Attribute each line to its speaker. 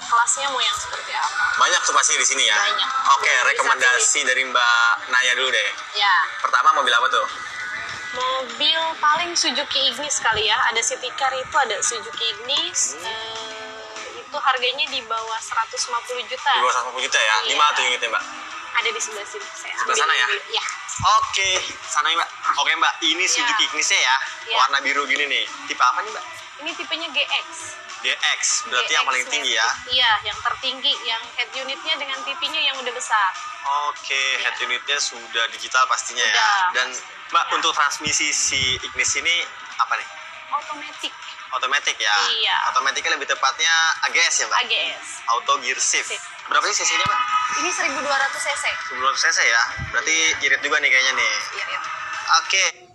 Speaker 1: spasinya mau yang seperti apa
Speaker 2: Banyak tuh pastinya di sini ya.
Speaker 1: Banyak.
Speaker 2: Oke,
Speaker 1: Bisa
Speaker 2: rekomendasi dari Mbak Naya dulu deh.
Speaker 1: ya
Speaker 2: Pertama mobil apa tuh?
Speaker 1: mobil paling Suzuki Ignis kali ya ada City Car itu ada Suzuki Ignis
Speaker 2: Hmm.
Speaker 1: Eh, itu harganya di bawah 150 juta
Speaker 2: Di bawah 150 juta ya.
Speaker 1: Iya.
Speaker 2: Lima tuh unitnya, Mbak.
Speaker 1: ada di sebelah sini saya
Speaker 2: Sebelah
Speaker 1: ambil
Speaker 2: sana ya?
Speaker 1: dulu. ya
Speaker 2: Oke, sana Mbak. Oke, Mbak. Ini
Speaker 1: Iya.
Speaker 2: Suzuki Ignisnya ya.
Speaker 1: Iya.
Speaker 2: Warna biru gini nih. Tipe apa nih, Mbak?
Speaker 1: ini tipenya GX
Speaker 2: DX. Berarti yang
Speaker 1: GX
Speaker 2: paling tinggi ya.
Speaker 1: metric. iya yang tertinggi yang head unitnya dengan pipinya yang udah besar
Speaker 2: Oke, head unitnya sudah digital pastinya ya.
Speaker 1: Udah.
Speaker 2: Dan Mbak
Speaker 1: Iya.
Speaker 2: untuk transmisi si Ignis ini apa nih?
Speaker 1: automatic
Speaker 2: Otomatik ya.
Speaker 1: Iya.
Speaker 2: Otomatiknya lebih tepatnya AGS ya, Mbak.
Speaker 1: AGS
Speaker 2: Auto gear shift.
Speaker 1: Shift.
Speaker 2: Berapa sih cc-nya, Mbak?
Speaker 1: ini 1200 cc
Speaker 2: 1200 cc ya. Berarti irit juga nih kayaknya nih.
Speaker 1: Iya, iya.
Speaker 2: Oke.